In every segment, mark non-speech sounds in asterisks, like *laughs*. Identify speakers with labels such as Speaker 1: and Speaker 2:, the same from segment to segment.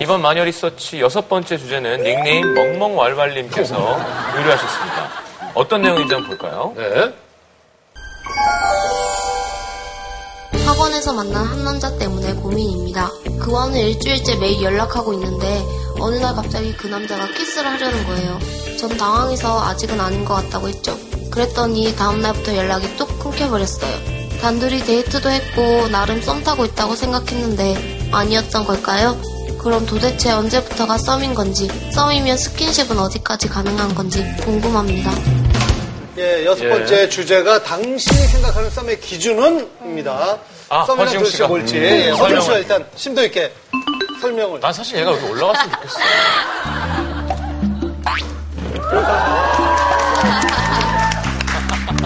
Speaker 1: 이번 마녀 리서치 여섯 번째 주제는 닉네임 멍멍왈왈님께서 의뢰하셨습니다. 어떤 내용인지 한번 볼까요?
Speaker 2: 네.
Speaker 3: 학원에서 만난 한 남자 때문에 고민입니다. 그와는 일주일째 매일 연락하고 있는데 어느 날 갑자기 그 남자가 키스를 하려는 거예요. 전 당황해서 아직은 아닌 것 같다고 했죠. 그랬더니 다음 날부터 연락이 뚝 끊겨버렸어요. 단둘이 데이트도 했고 나름 썸 타고 있다고 생각했는데 아니었던 걸까요? 그럼 도대체 언제부터가 썸인 건지 썸이면 스킨십은 어디까지 가능한 건지 궁금합니다.
Speaker 4: 예, 여섯 번째 주제가 당신이 생각하는 썸의 기준은입니다.
Speaker 1: 아,
Speaker 4: 썸이란
Speaker 1: 허지웅
Speaker 4: 도대체
Speaker 1: 씨가.
Speaker 4: 뭘지
Speaker 1: 음,
Speaker 4: 예, 허지웅 씨가
Speaker 1: 설명을.
Speaker 4: 일단 심도 있게 설명을.
Speaker 1: 난 사실 얘가 여기 올라갔으면 좋겠어.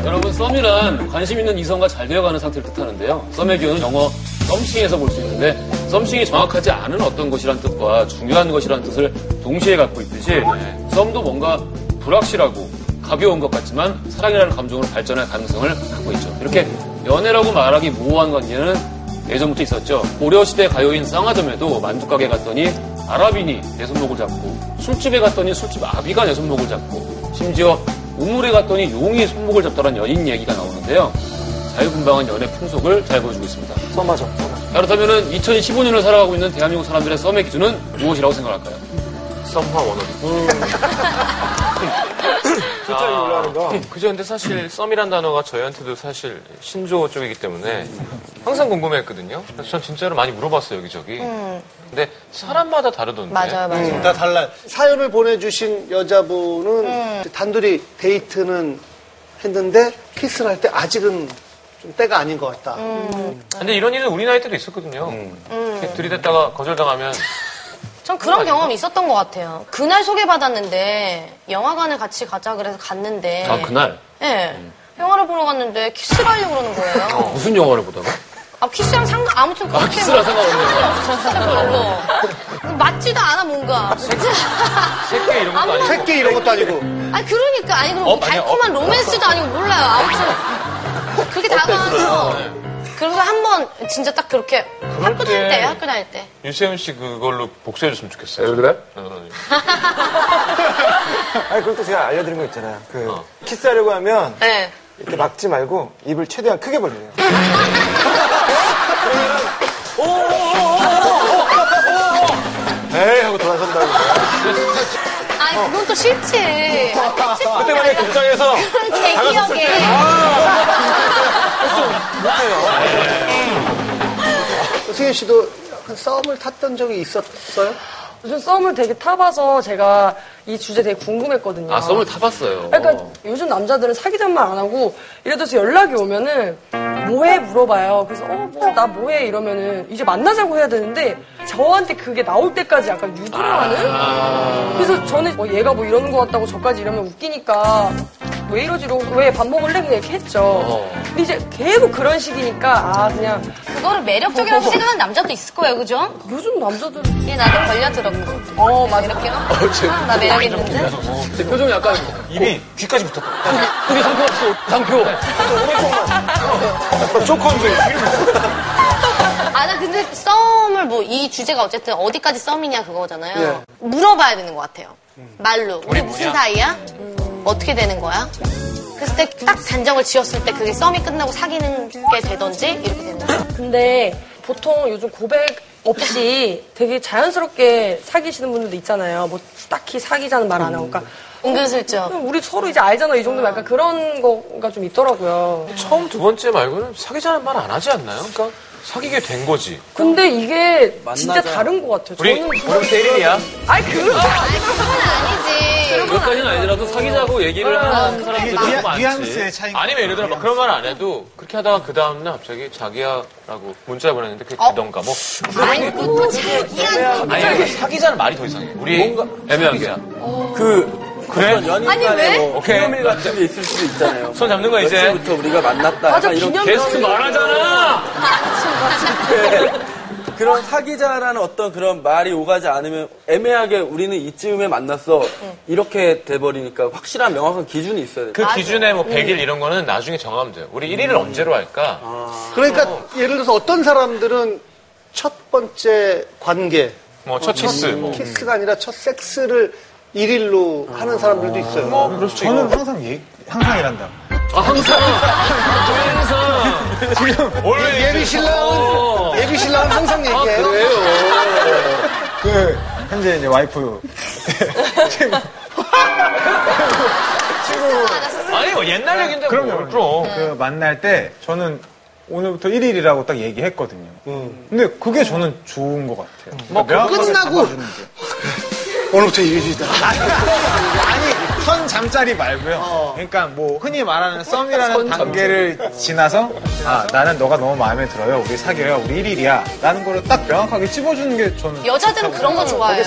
Speaker 2: 여러분, 썸이란 관심 있는 이성과 잘 되어가는 상태를 뜻하는데요. 썸의 기운은 영어 썸씽에서 볼 수 있는데, 썸씽이 정확하지 않은 어떤 것이란 뜻과 중요한 것이란 뜻을 동시에 갖고 있듯이, 썸도 뭔가 불확실하고 가벼운 것 같지만, 사랑이라는 감정으로 발전할 가능성을 갖고 있죠. 이렇게 연애라고 말하기 모호한 관계는 예전부터 있었죠. 고려시대 가요인 쌍화점에도 만두가게 갔더니 아랍인이 내 손목을 잡고 술집에 갔더니 술집 아비가 내 손목을 잡고 심지어 우물에 갔더니 용이 손목을 잡다라는 연인 얘기가 나오는데요. 자유분방한 연애 풍속을 잘 보여주고 있습니다.
Speaker 5: 써마죠.
Speaker 2: 자, 그렇다면 2015년을 살아가고 있는 대한민국 사람들의 썸의 기준은 무엇이라고 생각할까요?
Speaker 1: 썸화 원어리.
Speaker 5: *laughs* 진짜 이 올라가는 거.
Speaker 1: 음, 그죠. 근데 사실 썸이란 단어가 저희한테도 사실 신조어 쪽이기 때문에 항상 궁금했거든요. 그래서 전 진짜로 많이 물어봤어요, 여기저기. 근데 사람마다 다르던데.
Speaker 6: 음. 맞아요, 맞아요.
Speaker 4: 음, 다 달라요. 사연을 보내주신 여자분은 단둘이 데이트는 했는데 키스를 할 때 아직은 좀 때가 아닌 것 같다.
Speaker 1: 근데 이런 일은 우리 나이 때도 있었거든요.
Speaker 2: 음.
Speaker 6: 음.
Speaker 1: 이렇게 들이댔다가 거절당하면
Speaker 6: 전 그런 경험 있었던 것 같아요. 그날 소개받았는데 영화관을 같이 가자 그래서 갔는데
Speaker 2: 아, 그날
Speaker 6: 예. 영화를 보러 갔는데 키스를 하려고 그러는 거예요.
Speaker 2: 무슨 영화를 보다가?
Speaker 6: 아, 키스랑 상관, 아무튼 그렇게.
Speaker 2: 아, 키스랑
Speaker 6: 뭐 상관없는 거. 맞지도 않아, 뭔가.
Speaker 1: 새끼 이런 것도 아니고.
Speaker 4: 새끼 이런 것도 아니고.
Speaker 6: 아니, 그러니까. 아니, 그럼
Speaker 1: 어, 아니야,
Speaker 6: 달콤한 로맨스도 아니고 몰라요. 아무튼. 그렇게 다가와서. 그래서 한 번 진짜 딱 그렇게
Speaker 1: 네.
Speaker 6: 학교 다닐 때,
Speaker 1: 때.
Speaker 6: 학교 다닐 때.
Speaker 1: 유세윤 씨 그걸로 복수해줬으면 좋겠어요.
Speaker 2: 그래?
Speaker 1: 어,
Speaker 5: 아니, 그것도 제가 알려드린 거 있잖아요. 그,
Speaker 1: 어.
Speaker 5: 키스하려고 하면,
Speaker 6: 예.
Speaker 5: 이렇게 막지 말고, 입을 최대한 크게 벌려요. 에이 하고 돌아선다고.
Speaker 6: 아니, 그건 또 싫지. 아,
Speaker 5: 그때 만약에 극장에서
Speaker 6: 그런 제 기억에.
Speaker 4: 승현 씨도 약간 싸움을 탔던 적이 있었어요?
Speaker 7: 요즘 썸을 되게 타봐서 제가 이 주제 되게 궁금했거든요.
Speaker 2: 아, 썸을 타봤어요.
Speaker 7: 그러니까 요즘 남자들은 사귀단 말 안 하고 이래서 연락이 오면은 뭐해 물어봐요. 그래서 어 뭐 나 뭐해 이러면은 이제 만나자고 해야 되는데 저한테 그게 나올 때까지 약간 유도를
Speaker 2: 아.
Speaker 7: 하는. 그래서 저는 어, 얘가 뭐 이러는 것 같다고 저까지 이러면 웃기니까 왜 이러지로 왜 밥 먹을래 그냥 이렇게
Speaker 2: 어.
Speaker 7: 했죠. 근데 이제 계속 그런 식이니까 아 그냥
Speaker 6: 그거를 매력적이라고 생각하는 남자도 있을 거예요, 그죠?
Speaker 7: 요즘 남자들은
Speaker 6: 얘 나도 걸려들었고.
Speaker 7: 어 맞아.
Speaker 6: 이렇게 막, 아, 나 매력 있는데?
Speaker 2: 근데 표정이 약간
Speaker 1: 입이 귀까지 붙었고.
Speaker 2: 그게 상표 없어. 상표.
Speaker 5: 어,
Speaker 6: 아, 나 근데 썸을 뭐, 이 주제가 어쨌든 어디까지 썸이냐 그거잖아요. 물어봐야 되는 것 같아요. 말로. 우리 무슨 사이야? 음, 어떻게 되는 거야? 그랬을 때 딱 단정을 지었을 때 그게 썸이 끝나고 사귀는 게 되던지 이렇게 된다.
Speaker 7: 근데 보통 요즘 고백 없이 되게 자연스럽게 사귀시는 분들도 있잖아요. 뭐 딱히 사귀자는 말 안 하고. 그러니까
Speaker 6: 은근슬쩍.
Speaker 7: 우리 서로 이제 알잖아. 이 정도면 약간 그런 거가 좀 있더라고요.
Speaker 1: 처음 두 번째 말고는 사귀자는 말 안 하지 않나요? 그러니까 사귀게 된 거지.
Speaker 7: 근데 이게 진짜 다른 것 같아요.
Speaker 1: 우리 *laughs*
Speaker 7: 저는
Speaker 1: 그럼 세린이야.
Speaker 7: 아니
Speaker 6: 아니,
Speaker 7: 그
Speaker 6: 그건 아니지.
Speaker 2: 그것까지는 아니더라도 사귀자고
Speaker 6: 어.
Speaker 2: 얘기를 하는 사람들이
Speaker 4: 뉘-
Speaker 2: 너무 많지.
Speaker 4: 뉘앙스의 차이인
Speaker 1: 아니면 예를 들어 막 그런 말 안 해도 그렇게 하다가 그 다음날 갑자기 자기야라고 문자 보냈는데 그게
Speaker 6: 어?
Speaker 1: 되던가 뭐.
Speaker 6: 아이고, 또 자기야.
Speaker 1: 아니 그러니까 사귀자는 말이 더 이상해. 우리 애매한 거야.
Speaker 8: 그 그래 연인
Speaker 6: 아니, 왜?
Speaker 8: 간에 뭐
Speaker 1: 오케이.
Speaker 8: 기념일 같은 게 있을 수도 있잖아요.
Speaker 1: 손 잡는 거야 이제.
Speaker 8: 며칠부터 우리가 만났다.
Speaker 7: 맞아
Speaker 8: 약간 이런
Speaker 7: 기념
Speaker 2: 게스트 말하잖아.
Speaker 8: 게- *laughs* 그런 사귀자라는 어떤 그런 말이 오가지 않으면 애매하게 우리는 이쯤에 만났어
Speaker 6: 네.
Speaker 8: 이렇게 돼버리니까 확실한 명확한 기준이 있어야 돼.
Speaker 1: 그 기준에 뭐
Speaker 6: 음.
Speaker 1: 100일 이런 거는 나중에 정하면 돼요. 우리 1위를 언제로 할까? 어.
Speaker 4: 그러니까 예를 들어서 어떤 사람들은 첫 번째 관계
Speaker 1: 뭐, 첫 키스,
Speaker 6: 음.
Speaker 1: 뭐.
Speaker 4: *laughs* 키스가 아니라 첫 섹스를 일일로 하는 사람들도 있어요.
Speaker 1: 그럴 수도 있고.
Speaker 5: 저는 항상 얘기, 항상 이란다.
Speaker 2: 아, 항상! 항상!
Speaker 1: 원래
Speaker 4: 예비
Speaker 1: 어.
Speaker 4: 신랑은 예비 신랑은
Speaker 1: 아,
Speaker 4: 항상 얘기해요.
Speaker 5: 그 현재 이제 와이프
Speaker 1: 아니, 뭐, 옛날 얘기인데. 그럼요. 그럼.
Speaker 5: 그 만날 때 저는 오늘부터 1일이라고 딱 얘기했거든요. 근데 그게 저는 좋은 것 같아요.
Speaker 1: 뭐, 그거
Speaker 4: 끝나고 오늘부터 일일이다.
Speaker 5: 아니 선 잠자리 말고요.
Speaker 7: 어.
Speaker 5: 그러니까 뭐 흔히 말하는 썸이라는 단계를 지나서 아 나는 너가 너무 마음에 들어요. 우리 사귀어요. 우리 일일이야. 라는 거를 딱 명확하게 찝어주는 게 저는
Speaker 6: 여자들은 그런 거 좋아해요.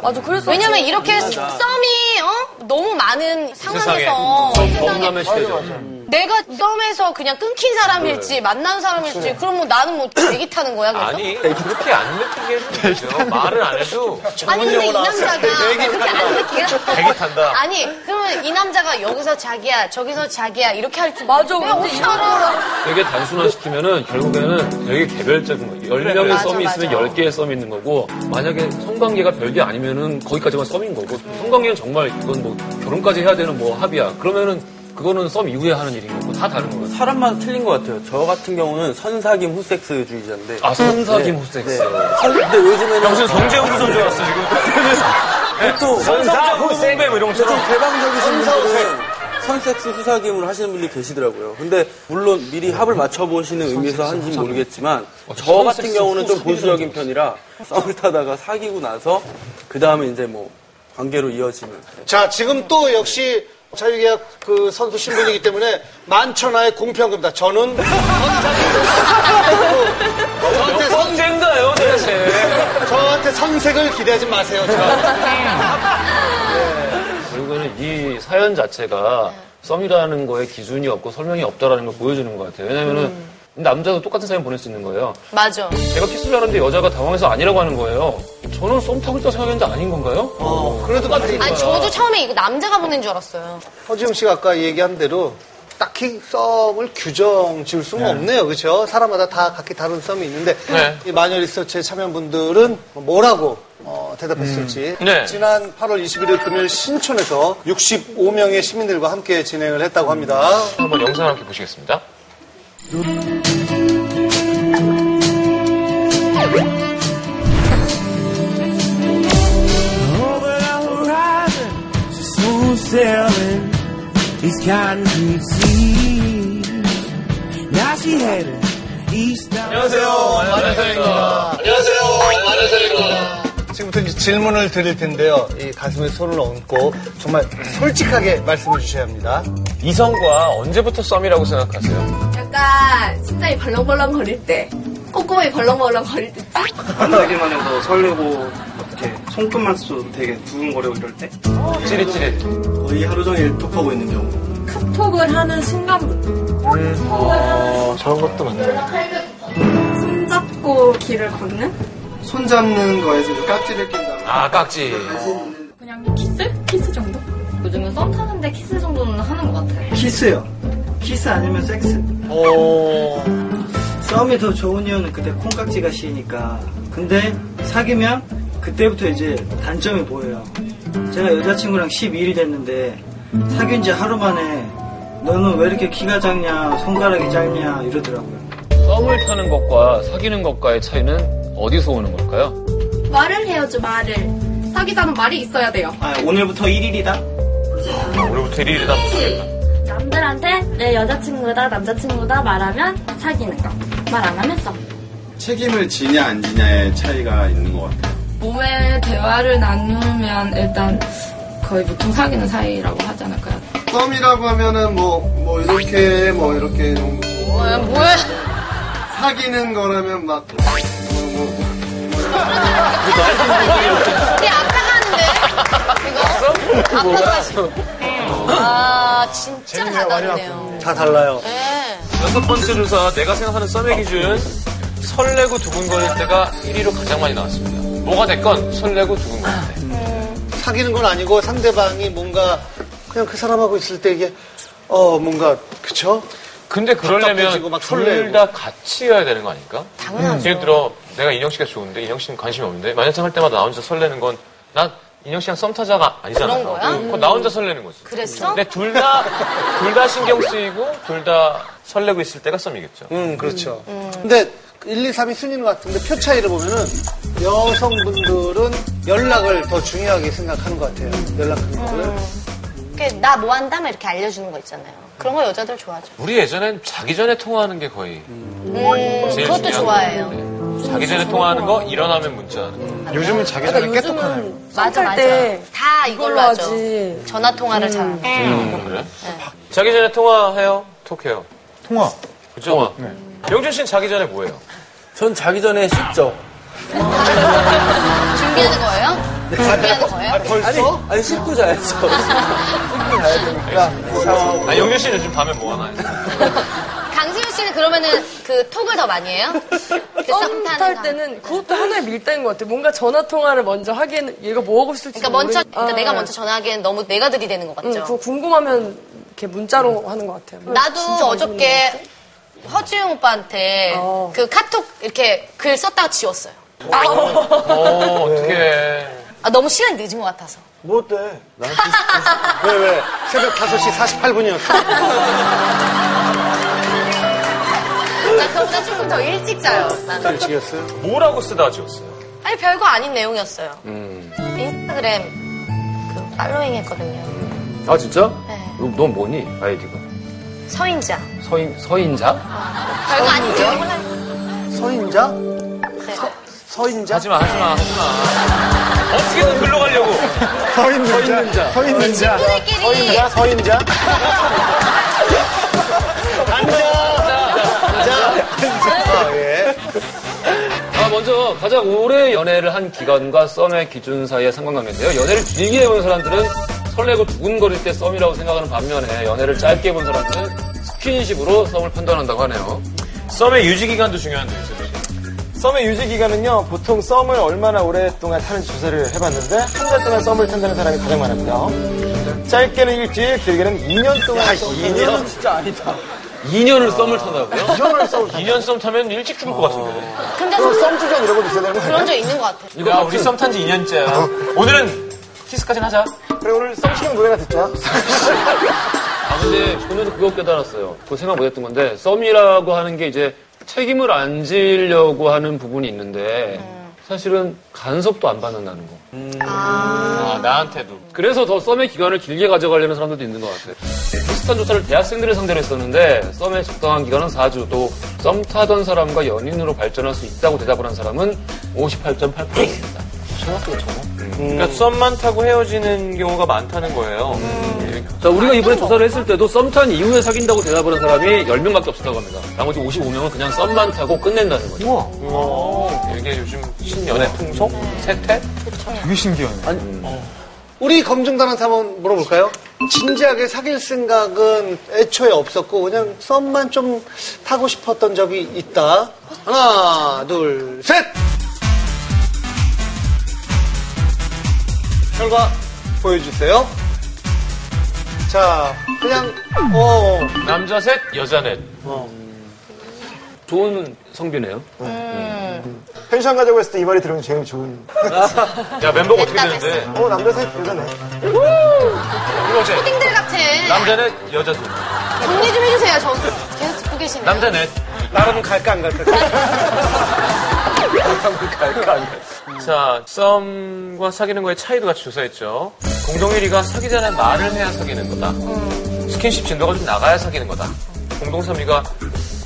Speaker 7: 맞아, 그래서
Speaker 6: 왜냐면 이렇게 썸이 어? 너무 많은 상황에서
Speaker 2: 범람의 시대죠.
Speaker 6: 내가 썸에서 그냥 끊긴 사람일지 만난 사람일지 그러면 나는 뭐 애기 타는 거야 그래서
Speaker 1: 아니, 그렇게 안 느끼게 해주면 되죠.
Speaker 4: *laughs*
Speaker 1: 말을 안 해도.
Speaker 6: 아니 근데 이 남자가 그렇게 안 느끼야?
Speaker 1: 되게 탄다.
Speaker 6: *laughs* 아니 그러면 이 남자가 여기서 자기야 저기서 자기야 이렇게 할줄
Speaker 7: 맞아,
Speaker 6: 왜
Speaker 7: 근데 이런
Speaker 6: 없어?
Speaker 2: 되게 단순화시키면은 결국에는 되게 개별적인 거예요. 10명의
Speaker 6: 맞아,
Speaker 2: 썸이
Speaker 6: 맞아.
Speaker 2: 있으면 10개의 썸이 있는 거고, 만약에 성관계가 별게 아니면은 거기까지만 썸인 거고, 성관계는 정말 그건 뭐 결혼까지 해야 되는 뭐 합의야. 그러면은 그거는 썸 이후에 하는 일인 거고, 다 다른 거예요.
Speaker 8: 사람마다 틀린 것 같아요. 저 같은 경우는 선사김 후섹스주의자인데. 네.
Speaker 2: 아, 선사김 호섹스.
Speaker 8: 선- 근데 요즘에는
Speaker 1: 무슨 성재훈 구선 줄 알았어, 지금. *laughs*
Speaker 8: 보통
Speaker 1: 선사, 후생배, 뭐 이런
Speaker 8: 네, 좀
Speaker 1: 것처럼.
Speaker 8: 개방적이신 분들은 선섹스 후사김을 네. 하시는 분이 계시더라고요. 근데 물론 미리 합을 맞춰보시는 의미에서 하는지 모르겠지만 저 같은 경우는 좀 보수적인 편이라 썸을 타다가 사귀고 나서 그 다음에 이제 뭐 관계로 이어지는
Speaker 4: 자 지금 또 역시 자유계약 그 선수 신분이기 때문에 만천하의 공평금다. 저는 선사님. 저한테
Speaker 1: 언젠가요, 대체.
Speaker 4: 선- 저한테 선색을 기대하지 마세요. 저.
Speaker 2: 결국에는 이 사연 자체가
Speaker 6: 네.
Speaker 2: 썸이라는 거에 기준이 없고 설명이 없다라는 걸 보여주는 것 같아요. 왜냐면은
Speaker 6: 음.
Speaker 2: 남자도 똑같은 사연 보낼 수 있는 거예요.
Speaker 6: 맞아
Speaker 2: 제가 키스를 하는데 여자가 당황해서 아니라고 하는 거예요. 저는 썸 타고 있다 생각했는데 아닌 건가요?
Speaker 1: 어,
Speaker 4: 어, 그래도 말이
Speaker 6: 아니 저도 처음에 이거 남자가 보낸 줄 알았어요
Speaker 4: 허지웅 씨가 아까 얘기한 대로 딱히 썸을 규정 지을 수는 없네요. 그렇죠? 사람마다 다 각기 다른 썸이 있는데
Speaker 1: 네.
Speaker 4: 이 마녀 리서치에 참여한 분들은 뭐라고 어, 대답했을지
Speaker 1: 네.
Speaker 4: 지난 8월 21일 금요일 신촌에서 65명의 시민들과 함께 진행을 했다고 합니다.
Speaker 1: 한번 영상을 함께 보시겠습니다.
Speaker 9: Over the horizon, she's smooth sailing these concrete seas. Now she headed east.
Speaker 4: 지금부터 이제 질문을 드릴 텐데요. 이 가슴에 손을 얹고 정말 솔직하게 말씀해 주셔야 합니다.
Speaker 1: 이성과 아, 언제부터 썸이라고 생각하세요?
Speaker 10: 약간 심장이 벌렁벌렁 거릴 때, 콧구멍이 벌렁벌렁 거릴 때
Speaker 11: 만나기만 해도 설레고 어떻게 손끝만 써도 되게 두근거리고 이럴 때
Speaker 1: 찌릿찌릿.
Speaker 11: 거의 하루 종일 톡하고 있는 경우
Speaker 7: 카톡을 하는 순간부터
Speaker 4: 음, 어,
Speaker 10: 손잡고 길을 걷는?
Speaker 11: 손잡는 거에서 좀 깍지를 낀다
Speaker 1: 아, 깍지.
Speaker 10: 그냥 키스? 키스 정도? 요즘은 썸 타는데 키스 정도는 하는 것 같아요.
Speaker 11: 키스요 키스 아니면 섹스
Speaker 1: 오.
Speaker 11: 싸움이 더 좋은 이유는 그때 콩깍지가 씌니까 근데 사귀면 그때부터 이제 단점이 보여요 제가 여자친구랑 12일이 됐는데 사귄 지 하루 만에 너는 왜 이렇게 키가 작냐 손가락이 짧냐 이러더라고요
Speaker 2: 썸을 타는 것과 사귀는 것과의 차이는 어디서 오는 걸까요?
Speaker 10: 말을 해야죠, 말을. 사귀자는 말이 있어야 돼요.
Speaker 11: 아, 오늘부터 1일이다
Speaker 1: 오늘부터 1일이다.
Speaker 10: 남들한테 내 여자친구다, 남자친구다 말하면 사귀는 거. 말 안 하면 썸.
Speaker 9: 책임을 지냐 안 지냐의 차이가 있는 것 같아요.
Speaker 10: 몸에 대화를 나누면 일단 거의 보통 사귀는 사이라고 하지 않을까요?
Speaker 11: 썸이라고 하면은 뭐, 뭐, 이렇게, 뭐, 이렇게, 좀
Speaker 6: 뭐야 뭐야
Speaker 11: 사귀는 거라면 막, 뭐,
Speaker 6: 되게 아까가는데 이거 아까가 아 진짜 다르네요
Speaker 4: 다 달라요.
Speaker 6: 네.
Speaker 1: 여섯 번째 조사, 내가 생각하는 썸의 기준. 설레고 두근거릴 때가 1위로 가장 많이 나왔습니다. 뭐가 됐건 설레고 두근거릴 때.
Speaker 4: 사귀는 건 아니고 상대방이 뭔가 그냥 그 사람하고 있을 때 이게 어 뭔가 그쵸?
Speaker 1: 근데 그러려면
Speaker 6: 아,
Speaker 4: 답답해지고 막
Speaker 1: 둘
Speaker 4: 설레고.
Speaker 1: 다 같이 해야 되는 거 아닐까?
Speaker 6: 당연하죠
Speaker 1: 예를 들어 내가 인형 씨가 좋은데 인형 씨는 관심이 없는데 만년상 할 때마다 나 혼자 설레는 건 난 인형 씨랑 썸 타자가 아니잖아.
Speaker 6: 그런 거야?
Speaker 1: 그건 나 혼자 설레는 거지.
Speaker 6: 그랬어?
Speaker 1: 근데 둘 다, 둘 다 신경 쓰이고, 둘 다 설레고 있을 때가 썸이겠죠.
Speaker 4: 음, 그렇죠. 근데 1, 2, 3이 순위는 같은데 표 차이를 보면은 여성분들은 연락을 더 중요하게 생각하는 것 같아요. 연락하는 거를.
Speaker 6: 이렇게 나 뭐 한다? 막 이렇게 알려주는 거 있잖아요. 그런 거 여자들 좋아하죠.
Speaker 1: 우리 예전엔 자기 전에 통화하는 게 거의.
Speaker 6: 음,
Speaker 1: 제일
Speaker 6: 그것도
Speaker 1: 중요한
Speaker 6: 좋아해요.
Speaker 1: 거. 자기 전에 통화하는 거, 일어나면 문자하는 거. 요즘은 자기
Speaker 7: 그러니까 요즘은
Speaker 1: 음.
Speaker 6: 맞아, 맞아.
Speaker 7: 때
Speaker 6: 다 이걸로 하죠. 전화 통화를 잘.
Speaker 10: 음.
Speaker 6: 안 해요.
Speaker 2: 음.
Speaker 1: 그래?
Speaker 6: 네.
Speaker 1: 자기 전에 통화해요? 톡해요?
Speaker 5: 통화.
Speaker 1: 그죠? 통화.
Speaker 2: 음.
Speaker 1: 영준 씨는 자기 전에 뭐예요?
Speaker 8: 전 자기 전에 씻죠.
Speaker 6: 준비하는 거예요?
Speaker 1: 네.
Speaker 6: 준비하는 거예요?
Speaker 8: 벌써? 아니, 아니 씻고 자야죠.
Speaker 1: 아, 영준 씨는 요즘 밤에 뭐 하나요?
Speaker 6: 강세현 씨는 그러면은 그 톡을 더 많이
Speaker 10: *laughs*
Speaker 6: 해요? 그
Speaker 7: 썸
Speaker 6: 그썸
Speaker 7: 탈 때는 그것도 하나의 밀당인 것 같아요. 뭔가 전화 통화를 먼저 하기에는 얘가 뭐 하고 있을지
Speaker 6: 그러니까 먼저
Speaker 7: 모르겠-
Speaker 6: 그러니까
Speaker 7: 아, 음,
Speaker 6: 내가 먼저 전화하기엔 너무 내가 들이대는 것
Speaker 7: 응,
Speaker 6: 같죠.
Speaker 7: 그거 궁금하면 이렇게 문자로
Speaker 1: 음.
Speaker 7: 하는 것 같아요.
Speaker 6: 나도 어저께 허지웅 오빠한테 그 카톡 이렇게 글 썼다가 지웠어요.
Speaker 1: 어,
Speaker 2: 네.
Speaker 1: 어떡해.
Speaker 6: 아, 너무 시간이 늦은 것 같아서.
Speaker 4: 뭐 어때? 왜, 왜? 새벽 5시 48분이었어.
Speaker 6: 나 그보다 조금 더 일찍 자요. 나는.
Speaker 4: 일찍이었어요?
Speaker 1: 뭐라고 쓰다 지웠어요?
Speaker 6: 아니 별거 아닌 내용이었어요. 인스타그램 그 팔로잉 했거든요.
Speaker 2: 아, 진짜?
Speaker 6: 네.
Speaker 2: 너, 넌 뭐니? 아이디가.
Speaker 6: 서인자. 어.
Speaker 2: 서인, 서인자?
Speaker 6: 별거 아닌 내용을 한
Speaker 4: 서인자?
Speaker 6: 네.
Speaker 4: 서인자?
Speaker 1: 하지마, 하지마, 하지마. 어떻게든 글로 가려고.
Speaker 5: 서 있는 자. 서 있는 자.
Speaker 6: 친구들끼리
Speaker 4: 서인자? 서인자?
Speaker 2: 아, 먼저 가장 오래 연애를 한 기간과 썸의 기준 사이의 상관관계인데요. 연애를 길게 해본 사람들은 설레고 두근거릴 때 썸이라고 생각하는 반면에 연애를 짧게 해본 사람들은 스킨십으로 썸을 판단한다고 하네요.
Speaker 1: 썸의 유지기간도 중요한데요, 세대 씨.
Speaker 5: 썸의 유지 기간은요, 보통 썸을 얼마나 오랫동안 타는 조사를 해봤는데, 한 달 동안 썸을 탄다는 사람이 가장 많았고요. 짧게는 일주일, 길게는 2년 동안 썸을 2년?
Speaker 8: 진짜 아니다.
Speaker 2: 2년을 썸을 탄다고요?
Speaker 1: 2년 썸 타면 일찍 죽을 것 같은데.
Speaker 6: 근데
Speaker 5: 썸주정 이러고 있어야 되는 거예요?
Speaker 6: 그런 적 있는 것 같아요.
Speaker 1: 야, 우리 썸 탄 지 2년째야. 오늘은 키스까지는 하자.
Speaker 5: 그리고 오늘 썸시경
Speaker 1: *laughs*
Speaker 5: 노래나 듣자.
Speaker 2: 아, 근데 저는 그거 깨달았어요. 그거 생각 못 했던 건데, 썸이라고 하는 게 이제 책임을 안 지려고 하는 부분이 있는데, 사실은 간섭도 안 받는다는 거.
Speaker 1: 아, 나한테도.
Speaker 2: 그래서 더 썸의 기간을 길게 가져가려는 사람들도 있는 것 같아요. 비슷한 조사를 대학생들을 상대로 했었는데 썸의 적당한 기간은 4주 또 썸 타던 사람과 연인으로 발전할 수 있다고 대답을 한 사람은 58.8%입니다.
Speaker 1: 그러니까 썸만 타고 헤어지는 경우가 많다는 거예요.
Speaker 2: 자, 우리가 이번에 조사를 했을 때도 썸 탄 이후에 사귄다고 대답을 한 사람이 10명밖에 없었다고 합니다. 나머지 55명은 그냥 썸만 타고 끝낸다는 거죠.
Speaker 1: 음. 이게 요즘 신연애 풍속? 세태?
Speaker 5: 되게 신기하네.
Speaker 4: 우리 검증단한테 한번 물어볼까요? 진지하게 사귈 생각은 애초에 없었고 그냥 썸만 좀 타고 싶었던 적이 있다. 하나, 둘, 셋. 결과 보여주세요. 자, 그냥 어,
Speaker 1: 남자 셋, 여자 넷.
Speaker 5: 어.
Speaker 2: 좋은 성비네요.
Speaker 5: 음. 펜션 가자고 했을 때 이 말이 들으면 제일 좋은.
Speaker 1: 야, 멤버가 어떻게
Speaker 6: 됐다,
Speaker 1: 되는데? 음.
Speaker 5: 어, 남자 셋, 여자네.
Speaker 1: 이거 어째?
Speaker 6: 띵들 같아.
Speaker 1: 남자 넷, 여자 둘.
Speaker 6: 정리 좀 해주세요. 저 계속 듣고 계시네요.
Speaker 1: 남자 넷.
Speaker 4: 나름 갈까
Speaker 1: *laughs*
Speaker 4: 안 갈까? 음.
Speaker 1: 자, 썸과 사귀는 거의 차이도 같이 조사했죠. 공동 1위가 사귀 전에 말을 해야 사귀는 거다.
Speaker 4: 음.
Speaker 1: 스킨십 진도가 좀 나가야 사귀는 거다. 공동 3위가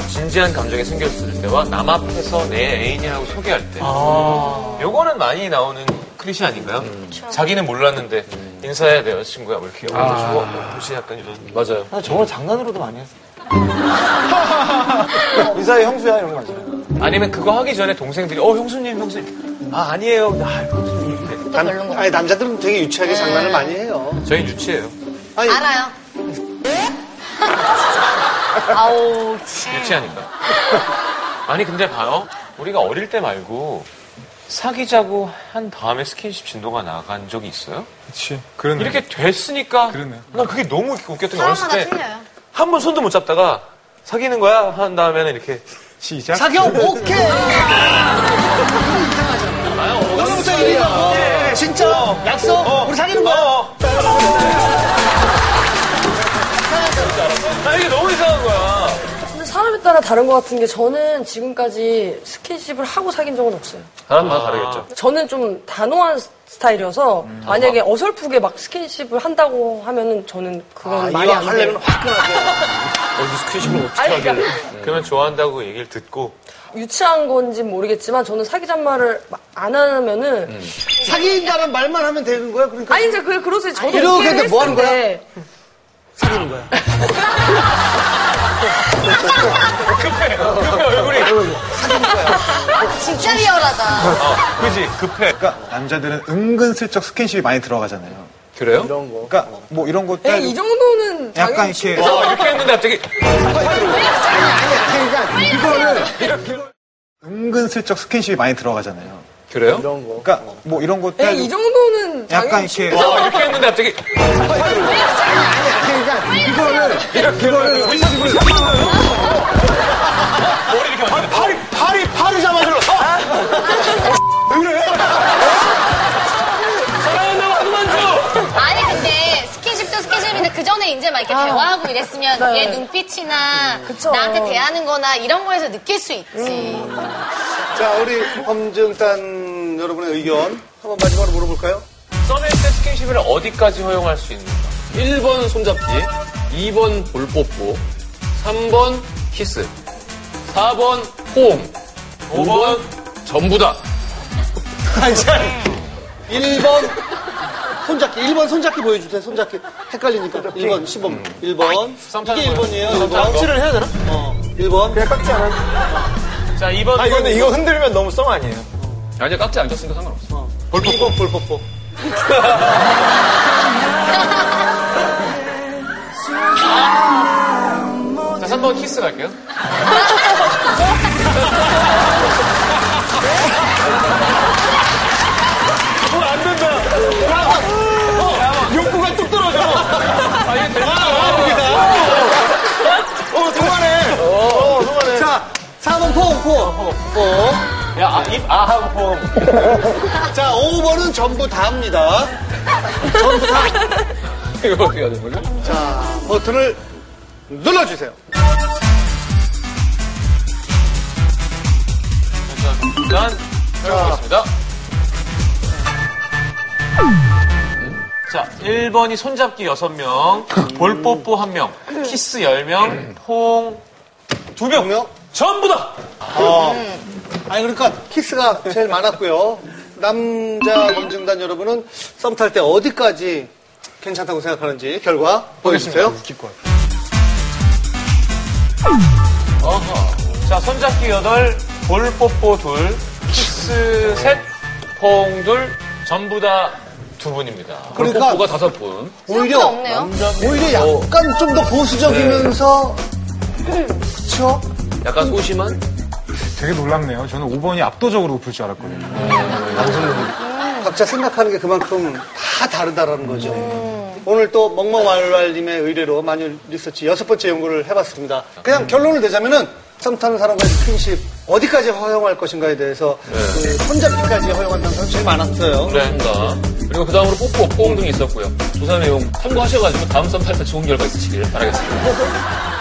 Speaker 1: 진지한 감정이 생겼을 때와 남 앞에서 내 애인이라고 소개할 때.
Speaker 4: 아.
Speaker 1: 요거는 많이 나오는 클리셰 아닌가요?
Speaker 4: 음.
Speaker 1: 자기는 몰랐는데 인사해야 내 여자친구야. 뭐
Speaker 4: 아.
Speaker 1: 이렇게 연락해주고 도시 약간 이런.
Speaker 2: 맞아요.
Speaker 5: 저걸 장난으로도 많이 했어. 이사의 형수야, 이런 거 아니야.
Speaker 1: 아니면 그거 하기 전에 동생들이 어 형수님 형수님 아 아니에요 나 형수님 이렇게.
Speaker 4: 남, 아니 남자들은 되게 유치하게 장난을 많이 해요.
Speaker 1: 저희 유치해요.
Speaker 4: 아니,
Speaker 6: 알아요. 네? *laughs* 아우, 참.
Speaker 1: 유치하니까. *laughs* 아니 근데 봐요. 우리가 어릴 때 말고 사귀자고 한 다음에 스킨십 진도가 나간 적이 있어요?
Speaker 5: 그치. 그러네.
Speaker 1: 이렇게 됐으니까
Speaker 5: 그러네.
Speaker 1: 난 그게 너무 웃겼던 게 어렸을
Speaker 6: 사람마다
Speaker 1: 때
Speaker 6: 틀려요.
Speaker 1: 한 번 손도 못 잡다가 사귀는 거야 한 다음에는 이렇게
Speaker 5: 시작.
Speaker 4: 사겨 오케이. 오늘부터 일이야
Speaker 7: 네,
Speaker 4: 진짜? 약속? 우리 사귀는 거야?
Speaker 1: 나 아, 이게 너무 이상한 거야.
Speaker 7: 근데 사람에 따라 다른 것 같은 게 저는 지금까지 스킨십을 하고 사귄 적은 없어요.
Speaker 1: 아,
Speaker 2: 사람마다 다르겠죠.
Speaker 7: 저는 좀 단호한 스타일이어서 만약에 어설프게 막 스킨십을 한다고 하면은 저는 그건 말이
Speaker 4: 이왕
Speaker 7: 안 돼요.
Speaker 4: 하려면 화끈하게.
Speaker 2: 어디 스킨십을 어떻게
Speaker 7: 아니,
Speaker 2: 하길래.
Speaker 7: 그러니까
Speaker 1: 그러면 좋아한다고 얘기를 듣고 *laughs*
Speaker 7: 유치한 건지 모르겠지만 저는 사귀잔 말을 막안 하면은
Speaker 4: 사귄다는 말만 하면 되는 거야? 그러니까.
Speaker 7: 아니 이제 그 그러세요. 저도
Speaker 4: 이렇게
Speaker 7: 오케이를
Speaker 4: 근데 뭐 하는 거야?
Speaker 7: 했을 때
Speaker 4: 사귀는 거야.
Speaker 6: 진짜 리얼하다.
Speaker 5: 그지 급해. 그러니까 남자들은 은근슬쩍 스킨십이 많이 들어가잖아요.
Speaker 1: 그래요?
Speaker 5: 그러니까 뭐 이런 것도
Speaker 7: 네, 에이, 이 정도는
Speaker 5: 약간
Speaker 7: 당연히
Speaker 5: 이렇게
Speaker 1: 와 어, 이렇게 했는데 갑자기
Speaker 5: 은근슬쩍 스킨십이 많이 들어가잖아요.
Speaker 1: 그래요?
Speaker 5: 그러니까 뭐 이런 것도
Speaker 7: 네, 에이, 이 정도는
Speaker 5: 약간
Speaker 7: 당연히
Speaker 5: 이렇게
Speaker 1: 와 이렇게 했는데 갑자기
Speaker 4: 팔이, 팔이, 팔이 잡아줘.
Speaker 6: 아니 근데 스킨십도 스킨십인데 그 전에 이제 막 이렇게 대화하고 이랬으면
Speaker 7: 아. 네.
Speaker 6: 얘 눈빛이나
Speaker 7: 그쵸. 음.
Speaker 6: 나한테 대하는거나 이런 거에서 느낄 수 있지.
Speaker 4: 자, 우리 검증단 여러분의 의견 한번 마지막으로 물어볼까요?
Speaker 1: 썸일 때 스킨십을 어디까지 허용할 수 있는가?
Speaker 2: 1번 손잡기, 2번 볼 뽀뽀, 3번 키스, 4번 호응, 5번 전부다.
Speaker 4: 1번 손잡기, 1번 손잡기 보여주세요, 손잡기. 헷갈리니까. 1번, 시범. 1번. 이게 1번이에요, 1번. 실을 해야 되나? 어, 1번.
Speaker 5: 그냥 깎지 않아요.
Speaker 1: 자 2번
Speaker 5: 아 이거는 이거 흔들면 너무 썸 아니에요.
Speaker 2: 아니야, 깍지 안 꼈으니까 상관없어.
Speaker 4: 1번 볼뽀뽀.
Speaker 1: 자 3번 키스 갈게요.
Speaker 5: 욕구가 뚝 떨어져. 아, 이게 대단하다. 어, 동안해.
Speaker 4: 자, 4번 포, 포. 포.
Speaker 1: 야, 아, 입, 아, 하고 포옹.
Speaker 4: *laughs* 자, 5번은 전부 다입니다. 전부 다.
Speaker 2: 이거 어떻게 해야 되는 거죠?
Speaker 4: 자, 버튼을 눌러주세요.
Speaker 1: 일단, 해보겠습니다. 자, 1번이 손잡기 6명, 볼뽀뽀 1명, 키스 10명, 포옹 2명.
Speaker 4: 명?
Speaker 1: 전부다!
Speaker 4: 아니, 그러니까 키스가 제일 많았고요. 남자 검증단 여러분은 썸 탈 때 어디까지 괜찮다고 생각하는지 결과 보여주세요.
Speaker 1: 어허. 자, 손잡기 8, 볼뽀뽀 2, 키스 3, 포옹 2, 전부다 2분입니다.
Speaker 4: 그러니까
Speaker 2: 뽀뽀가 5분.
Speaker 6: 생각보다
Speaker 4: 오히려
Speaker 6: 없네요.
Speaker 4: 오히려 약간 좀 더 보수적이면서 그쵸?
Speaker 2: 약간 소심한?
Speaker 5: 되게 놀랍네요. 저는 5번이 압도적으로 높을 줄 알았거든요.
Speaker 4: 각자 생각하는 게 그만큼 다 다르다라는 거죠.
Speaker 6: 음.
Speaker 4: 오늘 또 멍멍왈왈님의 의뢰로 마뉴 리서치 여섯 번째 연구를 해봤습니다. 그냥 결론을 내자면은 썸 타는 사람과의 스킨십 어디까지 허용할 것인가에 대해서 그 손잡기까지 허용한다는 사람이 제일 많았어요.
Speaker 2: 그랬습니다. 그리고 그 다음으로 뽀뽀, 뽀옹 등이 있었고요. 조사 내용 참고하셔가지고 다음 썸탈때 좋은 결과 있으시길 바라겠습니다.